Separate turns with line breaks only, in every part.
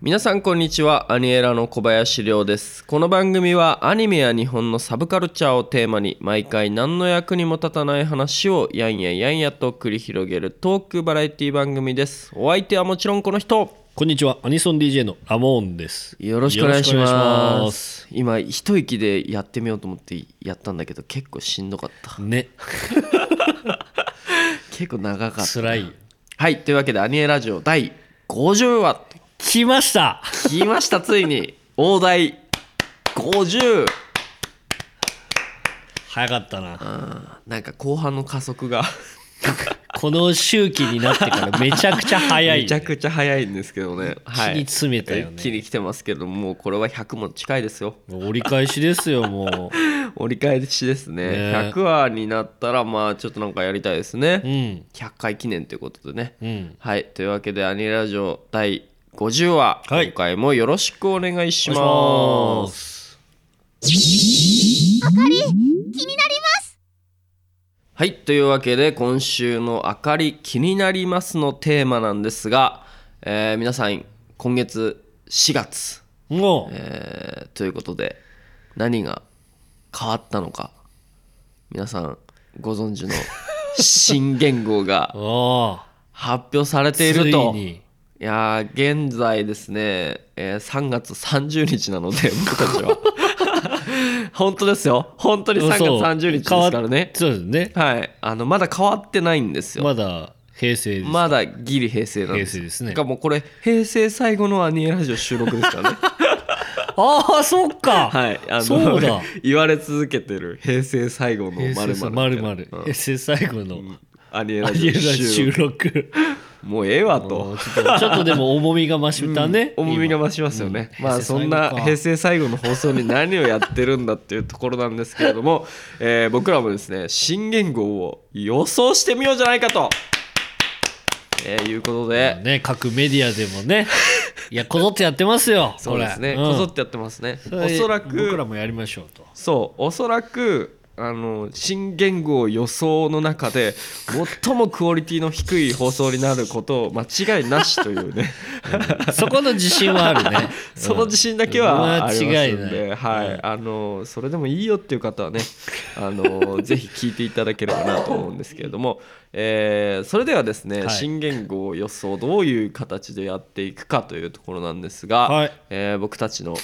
皆さんこんにちはアニエラの小林亮ですこの番組はアニメや日本のサブカルチャーをテーマに毎回何の役にも立たない話をやんややんやと繰り広げるトークバラエティ番組ですお相手はもちろんこの人
こんにちは、アニソン DJ のラモーンです。
よろしくお願いします
よろくお願いします
今一息でやってみようと思ってやったんだけど結構しんどかった
ね、
結構長かった
辛い。
はいというわけでアニエラジオ第50話
来ました
来ましたついに大台50
早かったな。
なんか後半の加速が
この周期になってからめちゃくちゃ早い。
めちゃくちゃ早いんですけどね、はい、
一気に詰めたよね
一気に来てますけどもうこれは100も近いですよ
折り返しですよ、も
折り返しですね
ね
100話になったらまあちょっとなんかやりたいですね、
う。うん。
100回記念ということでね、
うん。
はいというわけで「アニラジオ」第50話、
はい
今回もよろしくお願いします
お願いします。
はいというわけで今週の「あかり気になります」のテーマなんですが、えー皆さん今月4月、
もう、
えーということで何が変わったのか皆さんご存知の新元号 が
ああ。
発表されてい
つ
る
い
と
に。
いやー現在ですね、えー3月30日なの で僕たちは本当ですよ本当に3月
そう
30日ですからね
変わっそうです
はい、あのまだ変わってないんです
ね。
よ。ま
まだ平成です。
だギリ平成なんです。
平成ですね
てかもうこれ平成最後のアニエラジオ収録ですからね。
ああ、そっか。
はい、あの
そうだ。
言われ続けてる平成最後の
平
ま
成さ
る
ん
ま
ま
る
るまる。平成最後 の。
アニエ
ア
ラ
ニ
ジ
エ
オ
ラ
収
収
録。
録。
もうええわ
ちょ
と。
っ とちょっとでも重みが増した ね。
重みが増しますよね、
うん
まあ
平成
そ
最
ん
後か
な平成最後の放送に何をやってるんだっていうところなんですけれども、 えー僕らもですね新元号を予想してみようじゃないかと、えーいうことで、
ね、各メディアでも ねいやこぞってやってますよ
そうですね、
これ
こぞってやってますね
う
おそら
僕ら
く
もやりましょうと
そうおそらくあの新言語予想の中で最もクオリティの低い放送になることを間違いなしという ね
そこの自信はあるね
その自信だけはありますん
間違
で
い、ない
はいあのそれでもいいよっていう方はねあの ぜひ聞いていただければなと思うんですけれども、えーそれではですね、
はい
新言語予想どういう形でやっていくかというところなんですが、
はい
えー僕たちの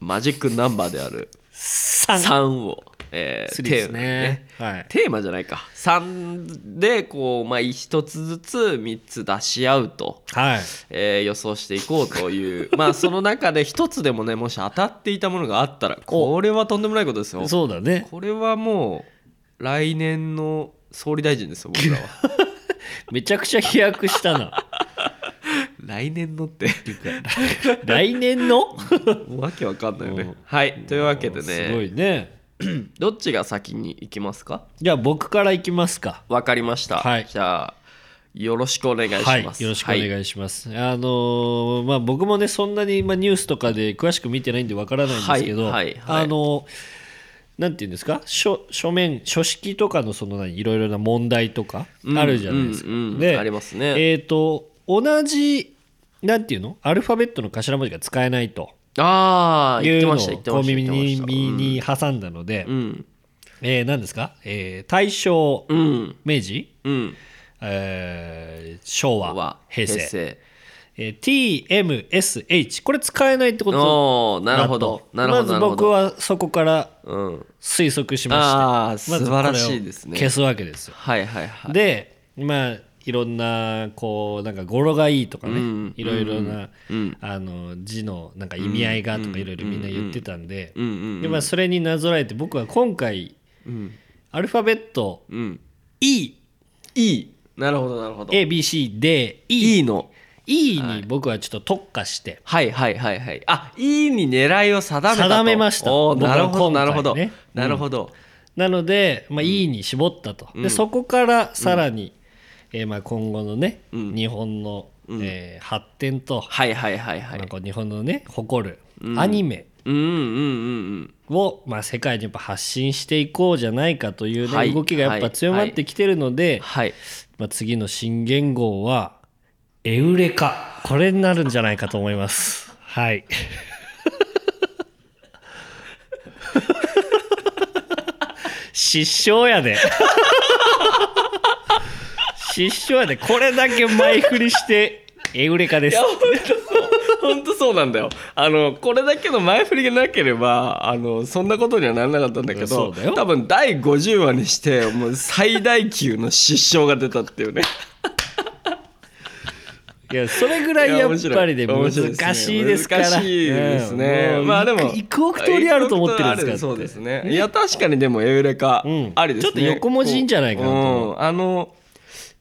マジックナンバーである
3
3を、えー
スリーです
テーマね
ねはい
テーマじゃないか3でこう、まあ、1つずつ3つ出し合うと、
はい
えー予想していこうという まあその中で1つでもねもし当たっていたものがあったらこれはとんでもないことですよ
そうだね
これはもう来年の総理大臣ですよ僕らは
めちゃくちゃ飛躍した な
来年の って
来年の
わけわかんないよ
う
ね
ん
はいというわけで
すご
ね
いね
どっちが先に行きますか
じゃあ僕からいきますか
わかりました。
はい
じゃあ、よろしくお願いします。
はい、よろしくお
はい
願いします。あのーまあ僕もねそんなにまあニュースとかで詳しく見てないんでわからないんですけど、
はいはいはい
あのーなんていうんですか書書面書式とかのその何いろいろな問題とか
うん
あるじゃないですか。
うんうん
で
ありますね
えっ、と同じなんていうのアルファベットの頭文字が使えないと
ああ、
い
言っ
う
て
のを
ました、言って
小
ました。
耳
言
に
ってま
耳
し
に挟んだので、
たうん。
えー、何ですか、えー大正、
うん。
明治、
うん。
えー昭和
は、
平成えー TMSH これ使えないってこと
おおなるほど。な
だ
る
と
ほど。
まず僕
なる
はそこから
ほど、うん。
推測しまして
ああ、
ま
素
ず
晴らしいですね。
これを消すわけですよ、
はいはいはい。
でまあいろんなこうなんか語呂がいいとかね、
うん
いろいろな、
うん
あの字のなんか意味合いがとかいろいろみんな言ってたんで,、
うんうん
でまあ、それになぞらえて僕は今回
うん。
アルファベット
うん。E。E。なるほど、なるほど。
ABCDE、
E の。
E に僕はちょっと特化して、
はいはいはいはい。あ、E に狙いを定めたと。
定めました
おー
僕
な
は
るほど、
今
なるほ
回ね
ど
うん。
なるほど。
なので、まあ、E に絞ったと、
うん
でそこからさらに、えーまあ、今後のね、
うん
日本の、
うん
えー発展と、
はいはいはいはい
まあ。こう日本のね誇る
うん
アニメ、
うんうんうん
を、まあ、世界にやっぱ発信していこうじゃないかという、ね
はい
動きがやっぱ強まってきてるので、
うんはい
まあ、次の新元号はエウレカこれになるんじゃないかと思いますはい 失笑やで 失笑やでこれだけ前振りしてエウレカで
い
す
や本当そう 本当そうなんだよあのこれだけの前振りがなければあのそんなことにはならなかったんだけ
そ
ど
うだよ
多分第50話にしてもう最大級の失笑が出たっていうね
いやそれぐらい やっぱりで
いや面白い
難しいですから
面白いですね難しいですね
うん
まあでも
いく億通りあると思ってるんです
いく億通
から
りあそうですねいや確かにでもエウレカ
うん
ありですね、
ちょっと横文字いいんじゃないかなと思
うんあの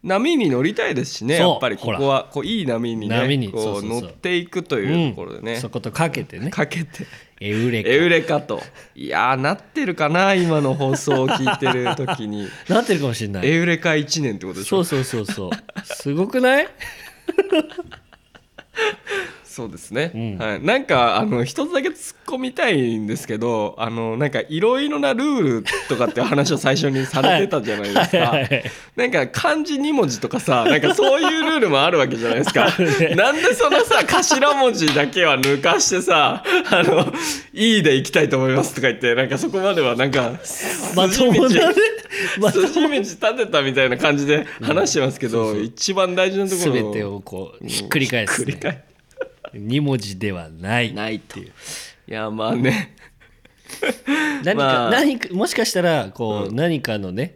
波に乗りたいですしね
そう
やっぱりここはこういい波にね
波にそ
こ
う
う
そうそう
乗っていくというところでね、
うんそことかけてね
かけて
エウレカ
エウレカといやーなってるかな今の放送を聞いてる時 に
なってるかもしれない
エウレカ1年ってことでし
そ
ょ
うそうそうそうすごく ない
そうですね、
うん
はい、なんかあの一つだけ突っ込みたいんですけどあのなんかいろいろなルールとかって話を最初にされてたじゃないですか、
はいはいはい
なんか漢字2文字とかさなんかそういうルールもあるわけじゃないですか、 なんでそのさ頭文字だけは抜かしてさ「あのいい」でいきたいと思いますとか言ってなんかそこまではなんか
まともだねまと
筋道立てたみたいな感じで話してますけど、一番大事なところ
全てをこうひっくり返す、
繰り
ね、
返
2文字ではない
ないっていういやまあね
何か、
まあ
何かもしかしたらこう、何かのね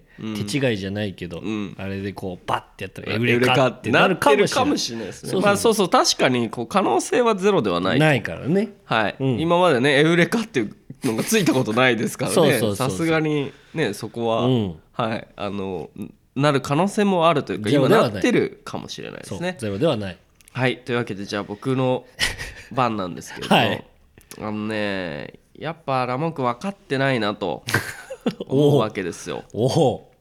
手違いじゃないけど、
ん
あれでこうバッてやったらエウ
売れ
レ
る
カ
か
っ
ってて
な
な
る
る
か
か
も
も
し
し
れな
れな
い
いですね
そうそうそう
まあそうそう確かにこう可能性はゼロではない
ないからね
はい、
うん
今までねエウレカっていうのがついたことないですから
そうそう
ね
そうそう
さすがにねそこは、
うん
はいあのなる可能性もあるというか
ゼロ
今
ではな
ないってるかもしれないで
そう
すね
ゼロではない
はいというわけでじゃあ僕 の番なんですけれど、
はい
あのねやっぱラモン君分かってないな と思うわけですよ
おお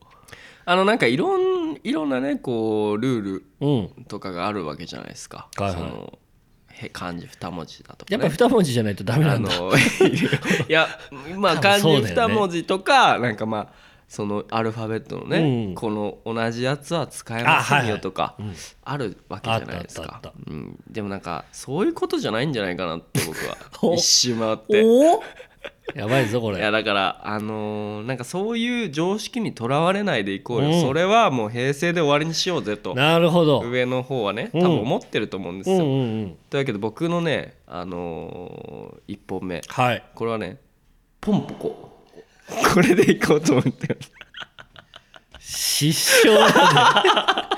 あのなんかいろんいろんなねこうルール
うん
とかがあるわけじゃないですか、
はいはい
そのへ漢字二文字だとか、ね、
やっぱ二文字じゃないとダメな
あ
んだ
のいやまあ
多分
漢字
そうだよね
2文字とか、なんかまあそのアルファベットのね、
うん
この同じやつは使えませんよとかあるわけじゃないです
あっ
か
たあっ、
うん、でもなんかそういうことじゃないんじゃないかなって僕は
お
一周回って
おおやばいぞこ
い
れ
やだからあのーなんかそういう常識にとらわれないでいこうよ、
うん
それはもう平成で終わりにしようぜと
なるほど
上の方はね
う
多
ん
分思ってると思うんです
うん
よ、
うんうん
というわけで僕のねあのー、1本目
はい
これはねポンポコこれでいこうと思ってます
失笑だね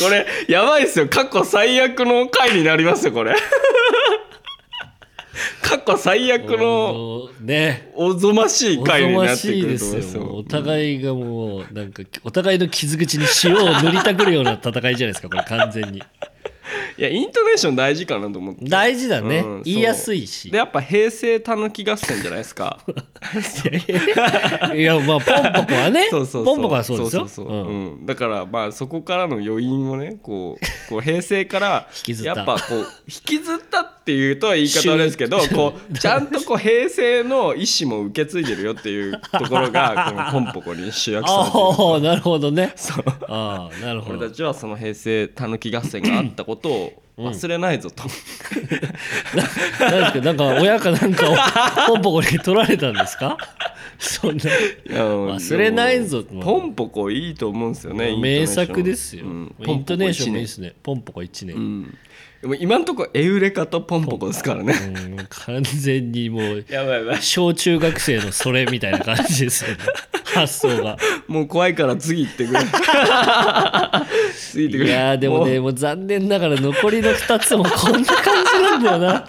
これやばいですよ過去最悪の回になりますよこれ 過去最 悪の
もうね
おぞましい
お
回
ぞ
に
ま
なって
しい
く
で
ると思い
す
ます
よ
よ
お互いがもうなんかお互いの傷口に塩を塗りたくるような戦いじゃないですかこれ 完全に
いやイントネーション大事かなと思って
大事だね、
うんそう
言いやすいし
でやっぱ平成たぬき合戦じゃないですか
いやまあポンポコはね
そうそうそう
ポンポコはそうですよ
そうそうそう
うん
うんだからまあそこからの余韻をねこうこう平成から
引きずった
やっぱこう引きずったっていうとは言い方あれです けどこうちゃんとこう平成の意思も受け継いでるよっていうところがこのポンポコに集約されてる
ああなるほどね
そう
ああなるほ
俺
ど
たちはその平成たぬき合戦があったことを忘れないぞと、
なんですかなんか親かなんかをポンポコに取られたんですかそんな
いや
忘れないぞ
でもポンポコいいと思うんですよね
名作ですよ、
うん
イントネーションもい
ポンポコ一年
いですねポンポコ1年、
うんでも今のところエウレカとポンポコですからね。
うん完全にもう
やばいやばい。
小中学生のそれみたいな感じですよね発想が
もう怖いから次行って くれ。次行って
い
くれ。
やーでもね
う
もう残念ながら残りの2つもこんな感じなん だよな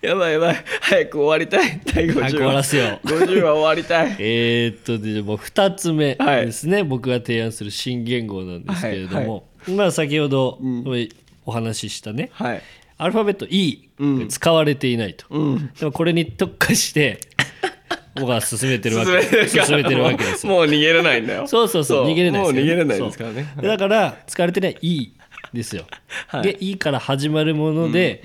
やばいやばい。早く終わりたい。第50話。
早く終わらせよう
50話終わりた い。
えーっとでもう2つ目ですね、僕が提案する新言語なんですけれども、まあ先ほどお話ししたね、
はい。
アルファベット E が使われていないと、でもこれに特化して僕は進めてるわけ
から
進めてるわけですよ
もうもう逃げれないんだよ。
そうそうそう逃げれない
もう逃げれない
よ
ですからね
そ。うだから疲れてない E ですよ、
はい
で E から始まるもので、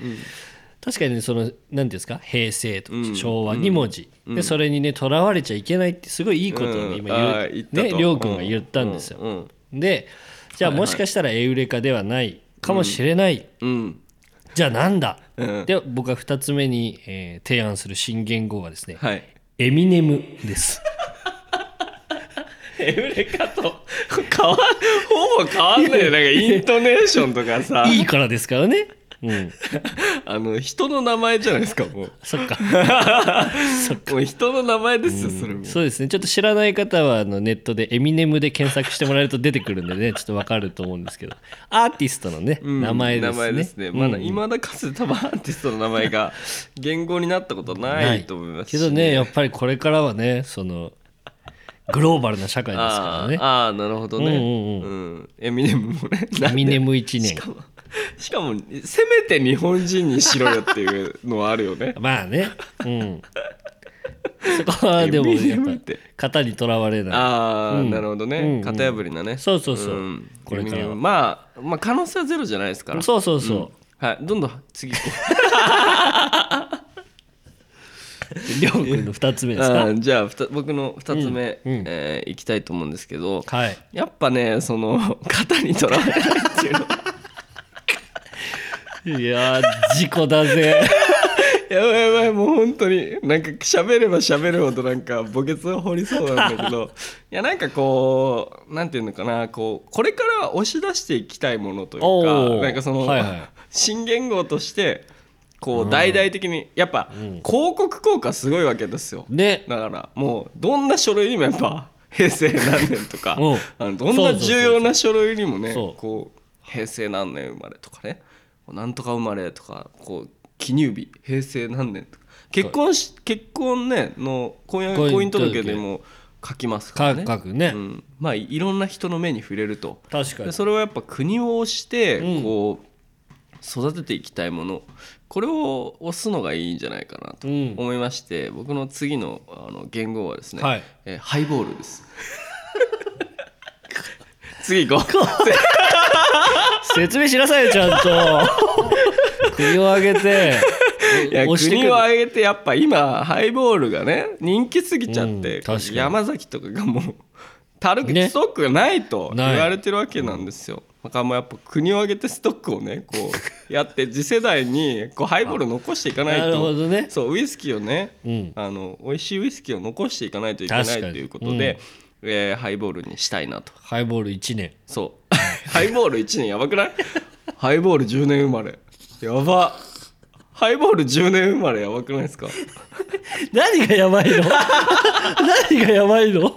確かにねその何ていうんですか平成とか昭和2文字、でそれにねとらわれちゃいけないってすごいいいことをね、今
うんあ
言
ー言っ
う
たと
ね亮君が言ったんですよ、
うん
でじゃあ
はいは
も
い
しかしたらエウレカではないかもしれない、
うん
じゃあなんだ、
うん
で僕が2つ目に、えー提案する新言語はですね、
はい
エミネムです
エウレカと変わほぼ変わんないよなんかイントネーションとかさ
いいからですからねうん
あの人の名前じゃないですかも う
そ っか
もう人の名前ですよそれも
そうですねちょっと知らない方はあのネットでエミネムで検索してもらえると出てくるんでねちょっとわかると思うんですけどアーティストのね、
うん
名前ですね
名前ですね
うん
まだいまだかつて多分アーティストの名前が言語になったことないと思いますし
けどねやっぱりこれからはねそのグローバルな社会です
あ
から
ー
ね
あーなるほどね
うんう
うんエミネムもねなんで
エミネム1
し
年
かもしかもせめて日本人にしろよっていうのはあるよね
まあねうんそこはでも
エミネ
やっ
ムって
ぱ型にとらわれない
ああ、
うん
なるほどね、
うんうん
型破りなね
そうそうそうんこれからは
まあまあ可能性はゼロじゃないですから
そうそうそう、
はいどんどん次行こ
りょうくんの2つ目
う
ですか
あーじゃあふた僕の2つ目、
うんうん
えーいきたいと思うんですけど
はい
やっぱねその型にとらわれないっていうの
いやー事故だぜ
やばいやばいもう本当になんか喋れば喋るほどなんか墓穴を掘りそうなんだけど いやなんかこうなんていうのかなこうこれから押し出していきたいものという
お
か
ー
なんかその、
はいはい
新元号としてこう大々的に、やっぱ、広告効果すごいわけですよ、
ね
だからもうどんな書類にもやっぱ 平成何年とか
うん
あのどんな重要な書類にもね
そう
こう平成何年生まれとかねなんとか生まれとかこう記入日平成何年とか結婚し結婚ねの婚約
婚姻
婚姻届
届
でも書きますから
か
ね。
書くね、
うん、まあいろんな人の目に触れると
確かに
でそれはやっぱ国を推して
うん
こう育てていきたいものこれを推すのがいいんじゃないかなと
うん
思いまして僕の次のあの言語はですね、
はい
えーハイボールです 次行こ
説明しなさいよちゃんと 国を挙げて
ういや
押してく
国
る
を挙げてやっぱ今ハイボールがね人気すぎちゃって、
うん確かに
山崎とかがもう軽く
ね
ストックがないと言
ない
われてるわけなんですよ。だからもうやっぱ国を挙げてストックをねこうやって次世代にこうハイボール残していかないと
なるほどね
そうウイスキーをね、
うん
あの美味しいウイスキーを残していかないといけない
確かに
ということで、えーハイボールにしたいなと
ハイボール1年
そう ハイボール1年やばくないハイボール10年生まれやばハイボール10年生まれやばくないですか
何がやばいの 何がやばいの
も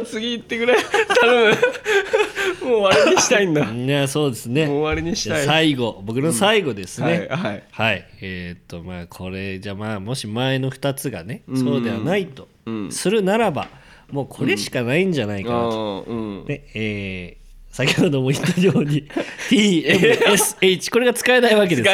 う次行ってくれ頼むもう終わりにしたいんだもう
いやそうですね
終わりにし
じゃあ
たい
最後僕の最後ですね、
はいはい
はい、えーっとまあこれじゃあまあもし前の2つがねそうではないと
うん
するならばもうこれしかないんじゃないか
あ
なと、
ーうん
ねえー先ほども言ったよ うに TMSH これが使えないわけですよ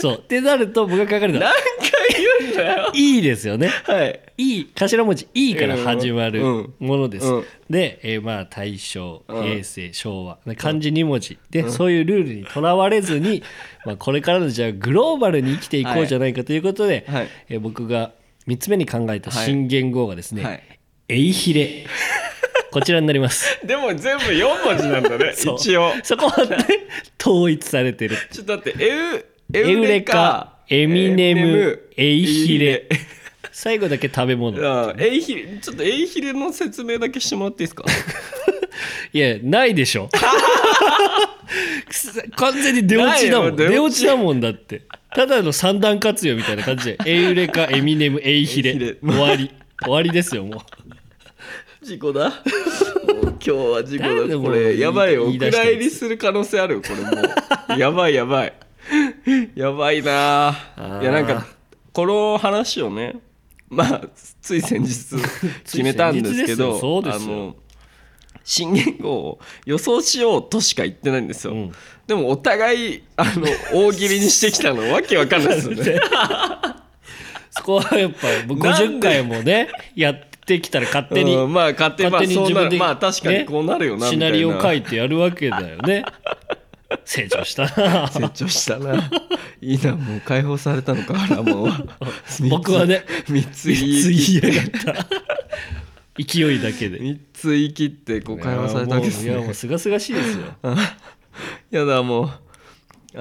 そうってなると僕が書かれたら
何回言うんだよ
E ですよね
はい
い頭文字 E から始まる
うん
ものです。
うん
で、えーまあ大正、
うん
平成、昭和、で漢字2文字で、そういうルールにとらわれずに、まあこれからのじゃあグローバルに生きていこうじゃないかということで、
はいはい
えー僕が3つ目に考えた新元号がですね、
はい
エイヒ レ。こちらになります。
でも全部4文字なんだね
そう
一 応
そこはね、統一されてる。
ちょっと待ってエウ
エウレカ、エミネム、エイヒレ。最後だけ食べ物。
あエイヒレちょっとエイヒレの説明だけしてもらっていいですか
いや、ないでし ょ。くそ完全に出落ちだもん。
ないよ出落ち
出落ちだもんだって。ただの三段活用みたいな感じで、エウ レカ、エミネム、エイヒ
エイヒレ
レ。終わり。終わりですよ、も う。
事故だもう今日は事
な
故
んで
だ
もう
これやばいよお
言い出
蔵
してる
入りする可能性あるよこれもうやばいやばいやばいなあ
ー
いやなんかこの話をねまあつい先 日決めたんですけど
つい先日ですよそうですよ
新言語を予想しようとしか言ってないんですよ、
うん
でもお互いあの大喜利にしてきたのわけわかんないですよね
そこはやっぱ、もう
なん
50
で
回もね、やってきたら勝手に、
うんまあ勝手にま
勝
あ
手に
そう
自
な
分
る
で、
まあ確かに
ね
こうなるよなみたいな
シナリオ書いてやるわけだよね。成長したな
成長したな いいなもう解放されたのかラモンは
僕はね
三つ
つ
言い
い
切って
やが った勢いだけで
三つ言い切ってこう解放されたわけです
いやもういやも
ね
うすがすがしいですよ
やだもう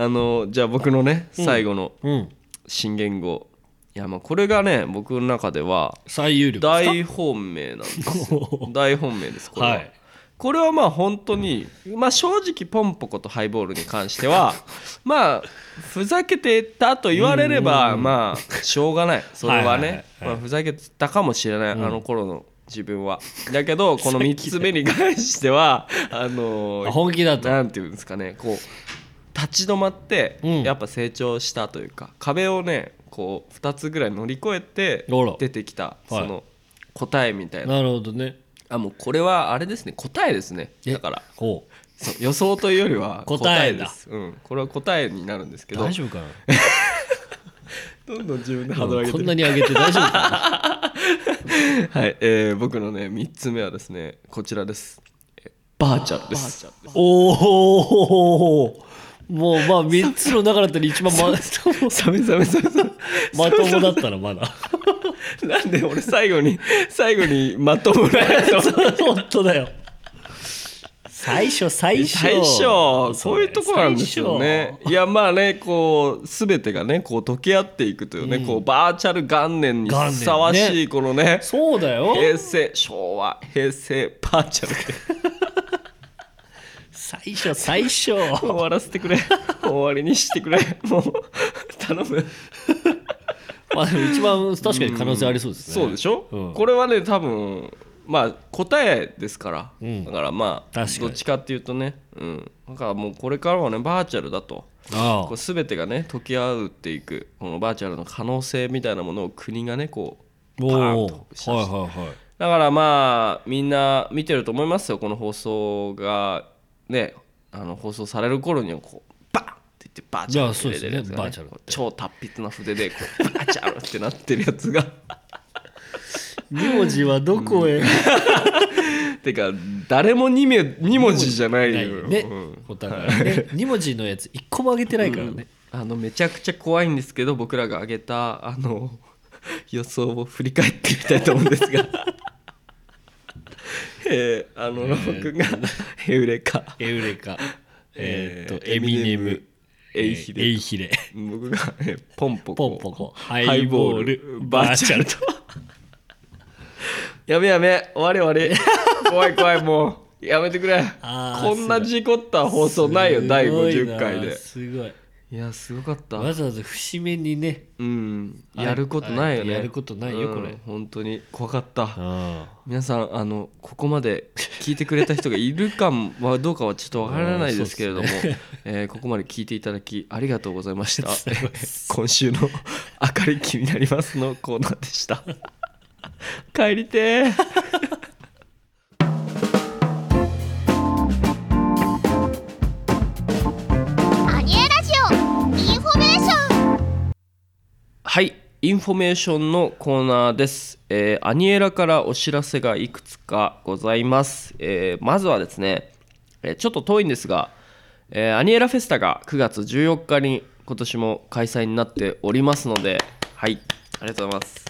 あのじゃあ僕のね最後の
うん
新言語、いやまあこれがね僕の中では
最有力です
大本命なんです よ大本命ですこ
か
れは、
はい
これはまあ本当に、まあ、正直ポンポコとハイボールに関して はまあふざけてたと言われればまあしょうがないそれはね
はいはいはいはい
まあふざけてたかもしれない、あの頃の自分はだけ どこの3つ目に関してはあの
あ本気だと
なんていうんですかねこう立ち止まって、
うん
やっぱ成長したというか壁をねこう2つぐらい乗り越えて
あら
出てきたそ
は
の答えみたいな、
なるほどね
あもうこれはあれですね答えですね
え
だから
ほう
そう予想というよりは
答えだ
です、うん、これは答えになるんですけど
大丈夫かな
どんどん自分でハードル上げ
こ
てる
んなに上げて大丈夫か な
はい、えー僕のね3つ目はですねこちらですえバーチャルです
おおもうまあ3つの中だったら一番ま
サメサメサメサメ
まともだったらまだ
なんで俺最後に最後にまともなや つを
本当だよ最初最初
最初
そ
そううい
だよ
うところなんですよねいやまあねこう全てがねこう溶け合っていくというね、こうバーチャル元年に
元年
ふさわしいこのね
そうだよ
平成昭和平成バーチャル
最初最 初
終わらせてくれ終わりにしてくれ もう頼む
まあでも一番確かに可能性ありそうですね
そうでしょ、
うん
これはね多分まあ答えですから、
ん
だからまあ
確か
ど
に
っちかっていうとねうんだからもうこれからはねバーチャルだと
あ
こう全てがね解き合うっていくこのバーチャルの可能性みたいなものを国がねこう
お
パーンと押し出して
おはいはいはい
だからまあみんな見てると思いますよこの放送がねあの放送される頃にはこうバーンって言ってバーチャ
いや
ル
そうですね
やつが
バーチャルって
こう超達筆な筆でこうバーチャルってなってるやつが
名字はどこへ
てか誰も2名二文字じゃない
ない
よ
ね
うん
お互いね2文字のやつ1個も上げてないからね
あのめちゃくちゃ怖いんですけど僕らが挙げたあの 予想を振り返っていきたいと思うんです がえー、あのロボ君が 「ヘウレカ」
エウレカえーっと
えー
エミネム
エイヒレ
えーエイヒレ
僕がえーポンポ
ポ
コ
ンポコハイボールバーチャルと
やべやべ終わり終わり 怖い怖いもうやめてくれ
あー
こんな事故った放送ないよ第50回です
ごい
いやすごかった
わざわざ節目にね
うん
あえ
やることないよ
あえて
ね
やることないよ
うん
これ
本当に怖かった
あ
皆さんあのここまで聞いてくれた人がいるかはどうかはちょっとわからないですけれども、えーここまで聞いていただきありがとうございま した今週の「明るい気になります」のコーナーでした 帰りてー
アニエラジオインフォメーション
はい、インフォメーションのコーナーです。えーアニエラからお知らせがいくつかございます。えーまずはですね、えーちょっと遠いんですが、えーアニエラフェスタが9月14日に今年も開催になっておりますので、はい、ありがとうございます。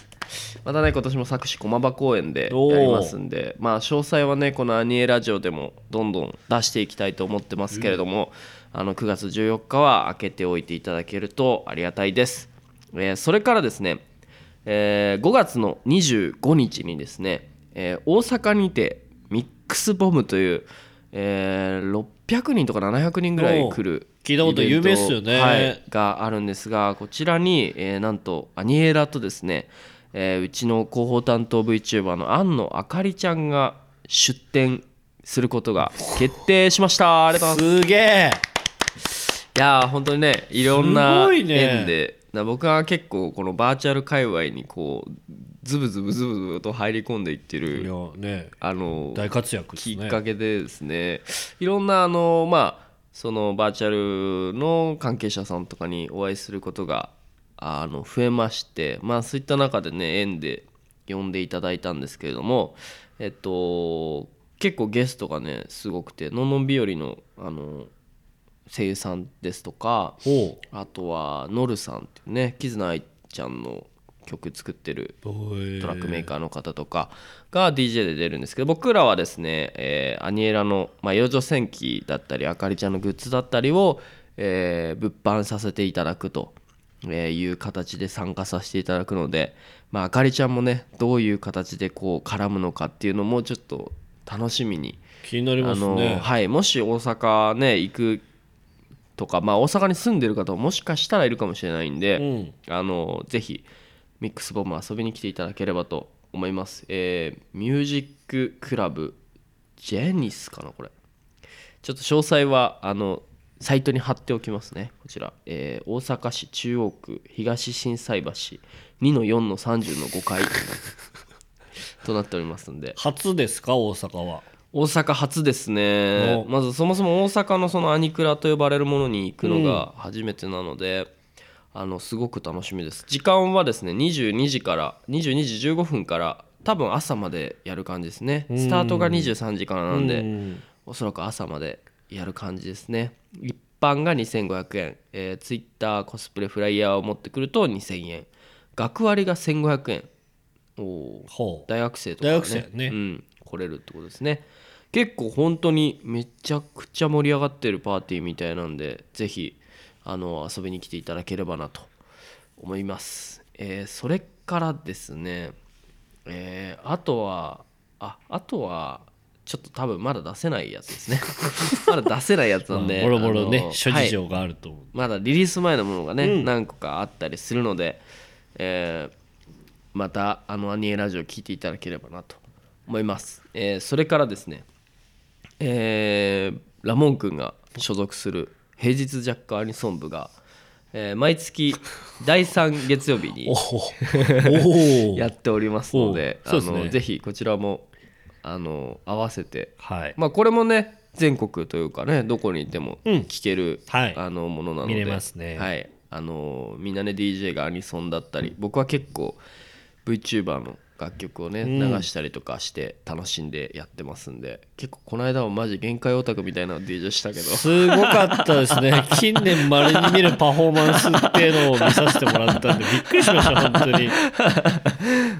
またね、今年も作詞駒場公園でやりますんで、まあ、詳細はね、このアニエラジオでもどんどん出していきたいと思ってますけれども、あの9月14日は開けておいていただけるとありがたいです。えーそれからですね、えー5月の25日にですね、えー大阪にてミックスボムという、えー600人とか700人ぐらい来る
お聞いたこと有名っすよね
イベントはいがあるんですがこちらに、えーなんとアニエラとですね、えーうちの広報担当 VTuber の庵野あかりちゃんが出展することが決定しましたありがとうございます
あすげえ
いやー本当にねいろんな
すごい
縁
ね
で、な僕は結構このバーチャル界隈にこうズブズブズブズブと入り込んでいって
い
る
やね
あの
大活躍です
き
ね
っかけでですねいろんなあのまあそのバーチャルの関係者さんとかにお会いすることがあの増えましてまあそういった中でね縁で呼んでいただいたんですけれどもえっと結構ゲストがねすごくてのんのんびよりのあの声優さんですとか
ほ
あとはノルさんっていうねキズナアイちゃんの曲作ってる
う
トラックメー
ー
カーの方とかが DJ で出るんですけど僕らはですね、えーアニエラの「まあ、幼女戦記」だったりあかりちゃんのグッズだったりを、えー物販させていただくと。えーいう形で参加させていただくので、まあ、あかりちゃんもねどういう形でこう絡むのかっていうのもちょっと楽しみに
気になり
あ
ます
の
ね
はい、もし大阪ね行くとか、まあ、大阪に住んでる方ももしかしたらいるかもしれないんで、
うん
あのぜひミックスボム遊びに来ていただければと思います、えーミュージッククラブジェニスかなこれちょっと詳細はあのサイトに貼っておきますねこちら、えー大阪市中央区東心斎橋2の4の30の5階となっておりますんで
初ですか大阪は
大阪初ですね
お
まずそもそも大阪のそのアニクラと呼ばれるものに行くのが初めてなので、あのすごく楽しみです時間はですね22時から22時15分から多分朝までやる感じですねスタートが23時からなんで、
うん
おそらく朝までやる感じですね一般が2500円、えー、ツイッターコスプレフライヤーを持ってくると2000円学割が1500円おお
ほう
大学生とか、ね、
大学生ね
うん、来れるってことですね結構本当にめちゃくちゃ盛り上がってるパーティーみたいなんでぜひあの遊びに来ていただければなと思います、えーそれからですね、えーあとはああとはちょっと多分まだ出せないやつ ですねまだ出せないやつなんで
ボロボロ
あ
ね
の
諸
は
事
い
情があると思う
まだリリース前のものがね、何個かあったりするので、えーまたあのアニエラジオ聞いていただければなと思います、えーそれからですね、えーラモン君が所属する平日ジャックアニソン部が、えー毎月第3月曜日に
おほお
や
や
っておりますので
おうそうですね
あのぜひこちらもあの合わせて
はい
まあこれもね全国というかねどこにいても
うん
聴ける、
はい
あのものなので
見れますね
はい、あのみんなね DJ がアニソンだったり僕は結構 VTuber の楽曲をね
ん
流したりとかして楽しんでやってますんで、結構この間はマジ限界オタクみたいなの DJ したけど
すごかったですね。近年まれに見るパフォーマンスっていうのを見させてもらったんで、びっくりしました、本当に。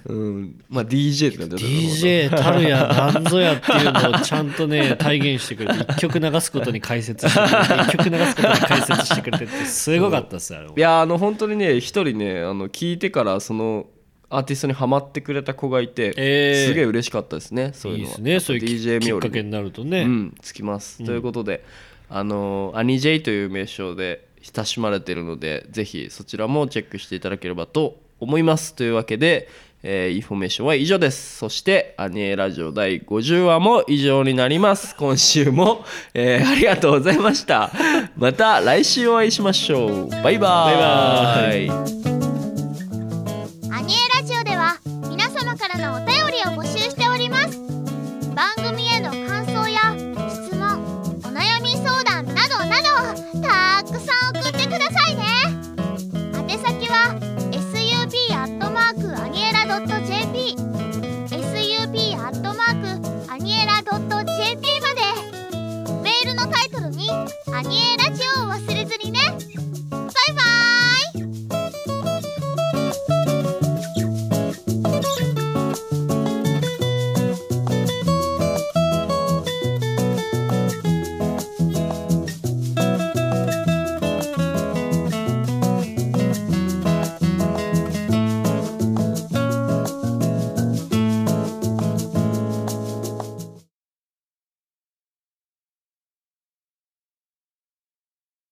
うんまあ DJ ってなってたと思うな
DJ たるやなんぞやっていうのをちゃんとね、体現してくれて、一曲流すことに解説してくれて、一曲流すことに解説してくれてって、すごかったです、あれも
い。やーあの本当にね一人ねあの聞いてからそのアーティストにハマってくれた子がいて、
えー
すげえ嬉しかったですねそういう
いい
の
で
は
すね、そういうき
DJ
き
冥利
っか
に
けになるとね。
うん、つきます、ということであのアニジェイという名称で親しまれているのでぜひそちらもチェックしていただければと思いますというわけで、えーインフォメーションは以上ですそしてアニエラジオ第50話も以上になります今週も、 えーありがとうございましたまた来週お会いしましょうバイバ
バイ
イ
バ
アニエラジオでは皆様からのお便りを募集しております